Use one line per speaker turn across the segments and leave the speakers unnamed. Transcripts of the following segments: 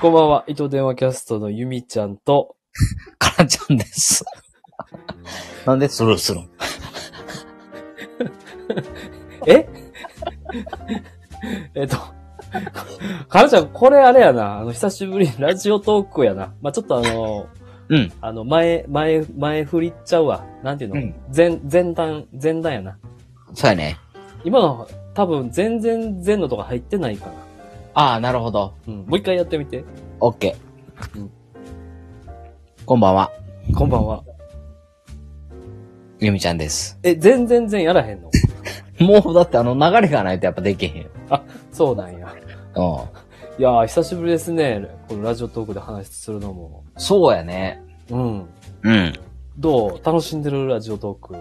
こんばんは、糸電話キャストのゆみちゃんと、
かなちゃんです。なんでスルーするん
え えっと、かなちゃん、これあれやな、あの、久しぶりにラジオトークやな。まあ、ちょっとあの、
うん。
あの、前、前、前振りっちゃうわ。なんていうの、
うん
前、前段、前段やな。
そうやね。
今の、多分、全然前のとか入ってないかな。
ああ、なるほど。
うん、もう一回やってみて。
オッケ
う
ー
ん。
こんばんは。
こんばんは。
ゆみちゃんです。
え、全然全やらへんの
もう、だってあの流れがないとやっぱできへんよ。
そうなんや。
う
いやー、久しぶりですね。このラジオトークで話するのも。
ん。そうやね。
うん。
うん。
どう楽しんでるラジオトーク。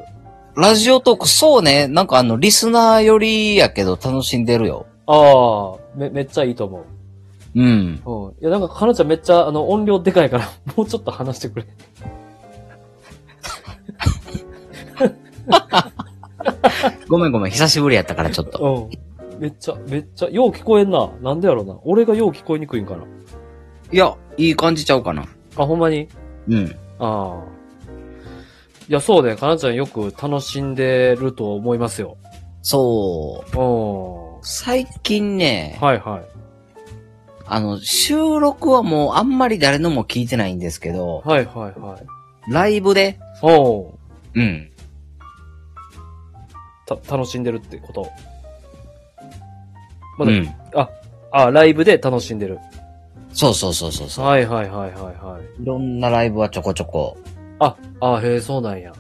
ラジオトーク、そうね。なんかあの、リスナーよりやけど楽しんでるよ。
ああ、め、めっちゃいいと思
うん。
う。うん。いや、なんか、かなちゃんめっちゃ、あの、音量でかいから、 もうちょっと話してくれ。
ごめんごめん。久しぶりやったからちょっと。
うん。めっちゃ、めっちゃ、よう聞こえんな。なんでやろうな。俺がよう聞こえにくいんかな。
いや、いい感じちゃうかな。
あ、ほんまに
うん。
ああ。いや、そうね。かなちゃんよく楽しんでると思いますよ。
そ
う
う。
ん。
最近ね、
はいはい。
あの、収録はもうあんまり誰のも聞いてないんですけど、
はいはいはい。
ライブで、
おう
うん。
た、楽しんでるってこと。ま
う
だ、
ん。
あ、ライブで楽しんでる。
そうそうそうそうそう。
はいはいはいはいはい。
いろんなライブはちょこちょこ。
あ、あ、へえ、そうなんや。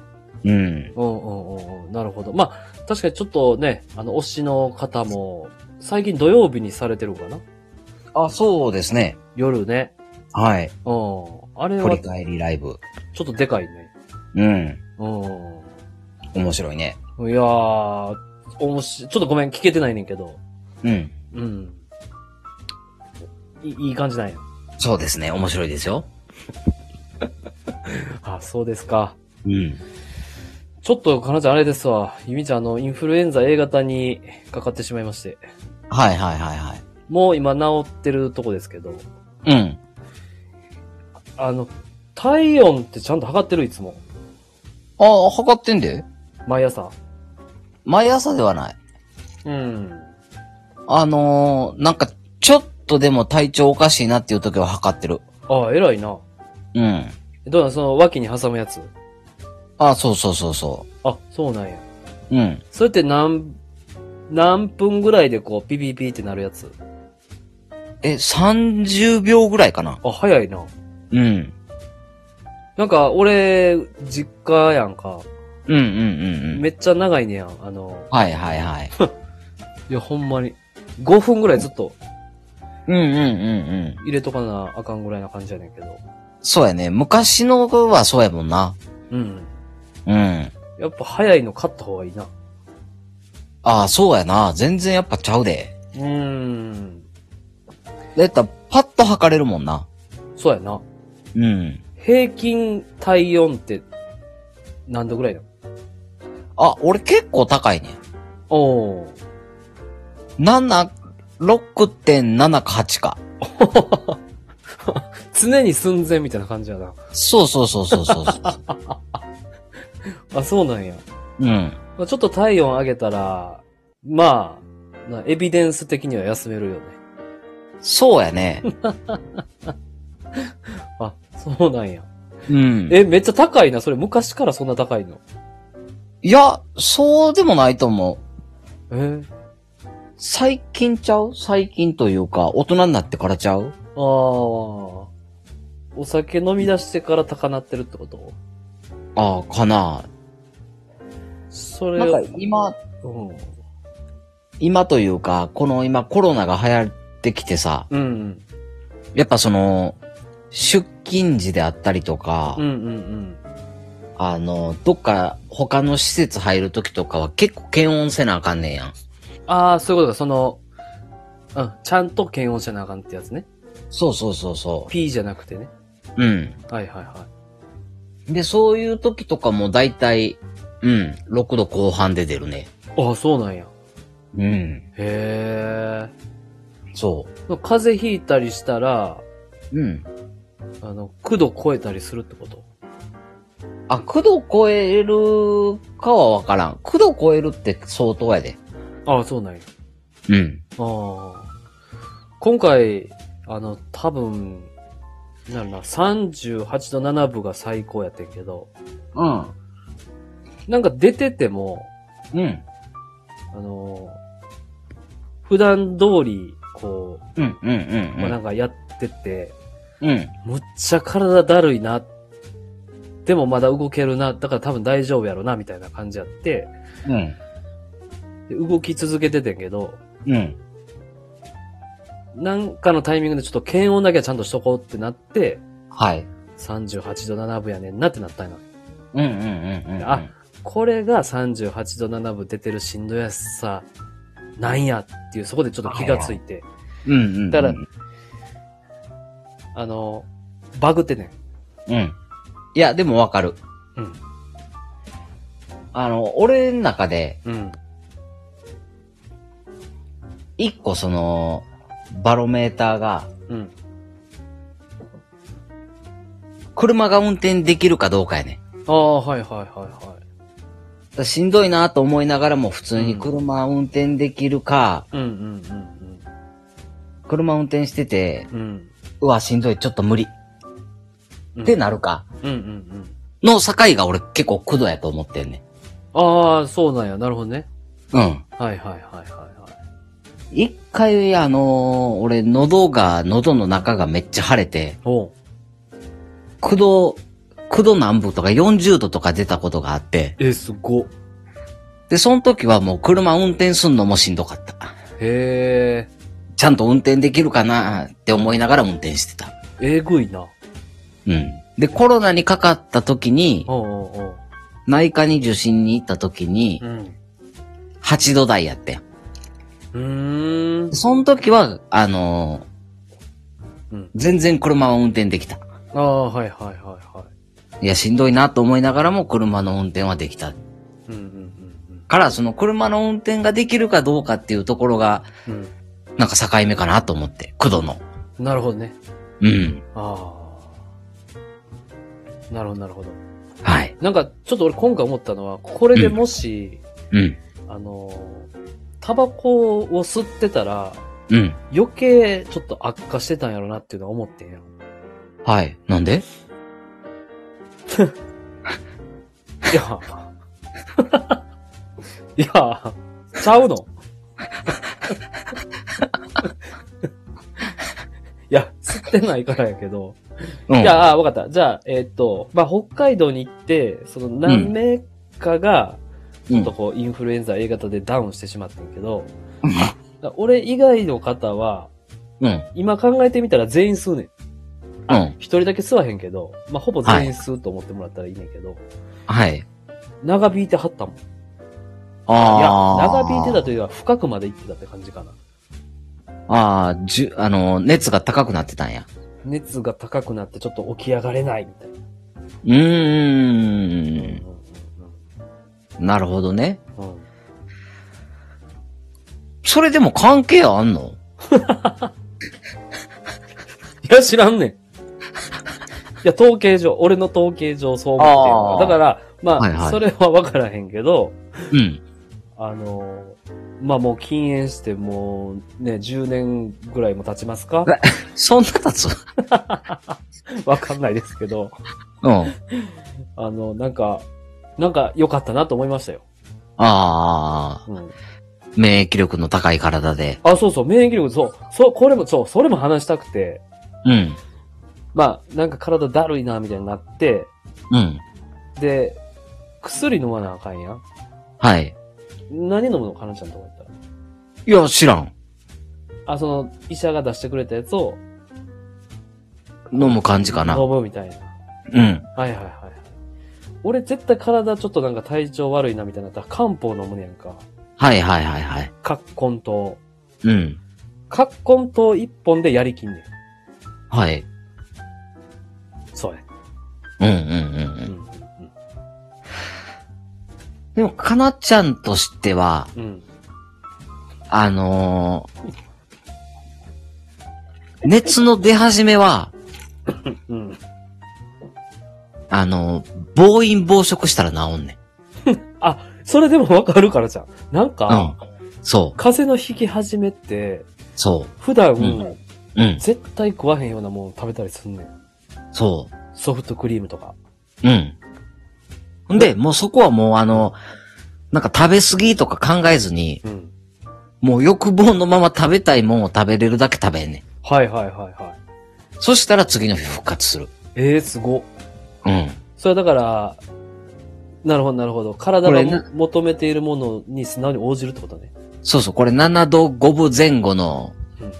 うん。
うんうんうんうん。なるほど。まあ、確かにちょっとね、あの、推しの方も、最近土曜日にされてるのかな
あ、そうですね。
夜ね。
はい。
うん。あれ
振
は、
り
ち
返りライブ。
ょっとでかいね。
うん。
う
面白いね。
ん。いやー、おもし、ちょっとごめん、聞けてないねんけど。
うん。
うん。いいい感じなんや。
そうですね。面白いですよ。
あ、そうですか。
うん。
ちょっと、かなちゃんあれですわ。ゆみちゃん、あの、インフルエンザ A 型にかかってしまいまして。
はいはいはいはい。
もう今治ってるとこですけど。
うん。
あの、体温ってちゃんと測ってるいつも。
あ、測ってんで
毎朝。
毎朝ではない。
うん。
あのー、なんか、ちょっとでも体調おかしいなっていう時は測ってる。
ああ、偉いな。
うん。
どうなんその脇に挟むやつ。
あ、そうそうそうそ
あ、そうなんや。
う。うん。
それって何、何分ぐらいでこう、ピピピってなるやつ。
え、30秒ぐらいかな。
あ、早いな。
うん。
なんか、俺、実家やんか。
うんうんうんうん。
めっちゃ長いねやん。あの、
はいはいはい。
いや、ほんまに。5分ぐらいずっと
うんうんうんうん。
入れとかなあかんぐらいな感じやねんけど。
そうやね。昔のはそうやもんな。
うん。
うん。
やっぱ早いの買った方がいいな。
ああ、そうやな。全然やっぱちゃうで。
うーん。
だったらパッと測れるもんな。
そうやな。
うん。
平均体温って何度ぐらいなの
あ、俺結構高いね。
おお。
7、6.7か8か。
常に寸前みたいな感じやな。
そうそうそうそうそうそう。
あ、そうなんや。
うん。
まあちょっと体温上げたら、まあ、なエビデンス的には休めるよね。
そうやね。
あ、そうなんや。
うん。
え、めっちゃ高いな。それ昔からそんな高いの。
いや、そうでもないと思う。
えー
最近ちゃう最近というか、大人になってからちゃう
ああ。お酒飲み出してから高鳴ってるってこと
ああ、かな。
それ
なんか今、
うん。
今というか、この今コロナが流行ってきてさ、
うん。
やっぱその、出勤時であったりとか、
うんうんうん。
あの、どっか他の施設入るときとかは結構検温せなあかんねんやん。
ああ、そういうことか。その、うん。ちゃんと検温しなあかんってやつね。
そうそうそうそ
P じゃなくてね。
う。うん。
はいはいは
で、そういうときとかも大体、うん、6度後半で出るね。
い。ああ、そうなんや。
うん。
へえ。
そう。
風邪ひいたりしたら、
うん。
あの、9度超えたりするってこと
あ、9度超えるかはわからん。9度超えるって相当やで。
ああ、そうなんや。
うん。
ああ。今回、あの、多分、なんやろな、38度7分が最高やってんけど、
うん。
なんか出てても、
うん。
あの、普段通り、こ
うん。うん。う
う、まあ、なん
ん。
かやってて、
うん。
むっちゃ体だるいな。でもまだ動けるな。だから多分大丈夫やろな、みたいな感じやって、
うん。
で動き続けててんけど、
うん。
なんかのタイミングでちょっと検温だけはちゃんとしとこうってなって、
はい。
38度7分やねんなってなったんやな。
うん。うん。うん。うん。
あ、これが38度7分出てるしんどやすさ、なんやっていう、そこでちょっと気がついて、
うん。うん。
だから
うん。
あの、バグってねん。
うん。いや、でもわかる。
うん。
あの、俺の中で、
うん。
一個その、バロメーターが、
うん。
車が運転できるかどうかやね。
ああ、はいはいはいは
だからしんどいなと思いながらも普通に車運転できるか、
い。うんうんうん
車運転してて、
うん。うん。
うわ、しんどい、ちょっと無理
うん
ってなるか、
うんうんうん。
の境が俺結構苦度やと思ってんね。
ああ、そうなんや。なるほどね。
うん。
はいはいはいはい
一回、あのー俺、喉が、喉の中がめっちゃ腫れて、
はい。おう
苦度、苦度南部とか40度とか出たことがあって、
え、すごっ。
で、その時はもう車運転すんのもしんどかった。
へえ、
ちゃんと運転できるかなって思いながら運転してた。
えぐいな。
うん。で、コロナにかかった時に、
おうおうおう。
内科に受診に行った時に
う、ん。
8度台やったよ。
うーん
で。その時は、あのー
うん
全然車は運転できた。
ああ、はいはいはいはい
や、しんどいなと思いながらも車の運転はできた。
い。うんうん
から、その車の運転ができるかどうかっていうところが、
うんうん。
なんか境目かなと思って、工藤の。
うん。なるほどね。
うん。
ああ。なるほどなるほど。
はい。
なんか、ちょっと俺今回思ったのは、これでもし、
うん。
あのー、タバコを吸ってたら、
うん。
余計ちょっと悪化してたんやろなっていうのは思ってんや
はい。なんで
い や。いや、ちゃう のいや、吸ってないからやけど。
うん。
いや、あわかった。じゃあ、えーっと、まあ、北海道に行って、その何名かが、
う
ちょ
ん
っとこう、インフルエンザ A 型でダウンしてしまったんやけど、だ俺以外の方は、
うん。
今考えてみたら全員吸うねん。
うん。
一人だけ吸わへんけど、まあ、ほぼ全員吸うと思ってもらったらいいねんけど、
はい。
長引いてはったもん。いや、
ああ。
長引いてたというよりは深くまで行ってたって感じかな。
ああ、じゅ、あの、熱が高くなってたんや。
熱が高くなってちょっと起き上がれないみたいな。
う
うん
ーん。なるほどね。
うんうんうん。
それでも関係あんの
いや、知らんねん。いや、統計上、俺の統計上そう思ってるから。だから、まあ、
はいはい
それは分からへんけど、
うん。
あのーまあもう禁煙してもうね、10年ぐらいも経ちますか
えそんな経つ
わかんないですけど、
うん。あ
あの、なんか、なんか良かったなと思いましたよ。
あ、
うん。
免疫力の高い体で。
あ、そうそう、免疫力、そう、そう、これも、そう、それも話したくて、
うん。
まあ、なんか体だるいな、みたいになって、
うん。
で、薬飲まなあかんやん。
はい。
何飲むのかなちゃんとか言ったら。
いや、知らん。
あ、その、医者が出してくれたやつを
飲む感じかな。
飲むみたいな。
うん。
はいはいはいはい。俺絶対体ちょっとなんか体調悪いなみたいになったら漢方飲むねやんか。
はいはいはいはい。
カッコン糖。
うん。
カッコン糖一本でやりきんねん。
はい。
そうや。
うんうんうんう。
うんん。
でも、かなちゃんとしては、
うん。
あのー熱の出始めは、
うん。
あの、暴飲暴食したら治んねん。
それでもわかるからじゃん。なんか、
うん。そう、
風邪の引き始めって、
そ
普段、
うんう。うん、
絶対食わへんようなもん食べたりすんねん。
そ
ソフトクリームとか。
う、うん。ほんで、もうそこはもうあの、なんか食べ過ぎとか考えずに、
うん。
もう欲望のまま食べたいもんを食べれるだけ食べんねん。
はいはいはいはい。
そしたら次の日復活する。
ええすごっ。
うん。
それはだから、なるほどなるほど。体
こ
が
れな
求めているものに素直に応じるってことね。
そうそう、これ7度5分前後の
うん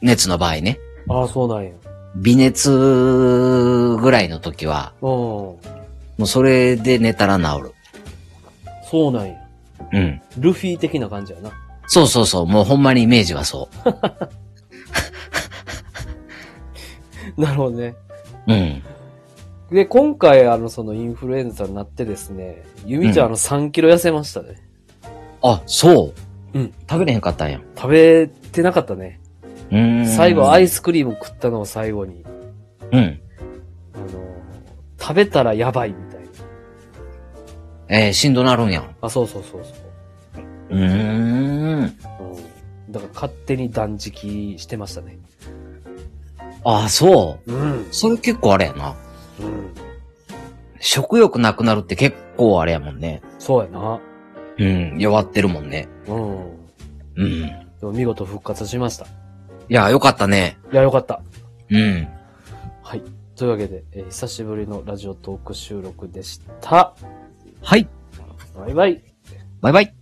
熱の場合ね。
ああ、そうなんや。
微熱ぐらいの時は、
うん。
もうそれで寝たら治
そうなんや。
る。うん。
ルフィ的な感じやな。
そうそうそう、もうほんまにイメージはそ
なるほどね。
う。うん。
で、今回、あの、そのインフルエンザになってですね、ゆみちゃん、あの、3キロ痩せましたね。
あ、そう。
うん。
食べれへんかったんや。
食べてなかったね。
うーん。
最後、ア
い。
イスクリーム食ったのを最後に、
うん。
あの、食べたらやばいみたいな。
えー、しんどなるんや。
あ、そうそうそうそう
ーん。
う。うん。だから、勝手に断食してましたね。
あ、そ
うん
う。。それ結構あれやな。
うん。
食欲なくなるって結構あれやもんね。
そうやな。
うん。弱ってるもんね。
うん。
うん。
でも見事復活しました。い
いや、よかったね。
や、よかった。
うん。
はい。というわけで、えー久しぶりのラジオトーク収録でした。
はい。
バイバイ。
バイバイ。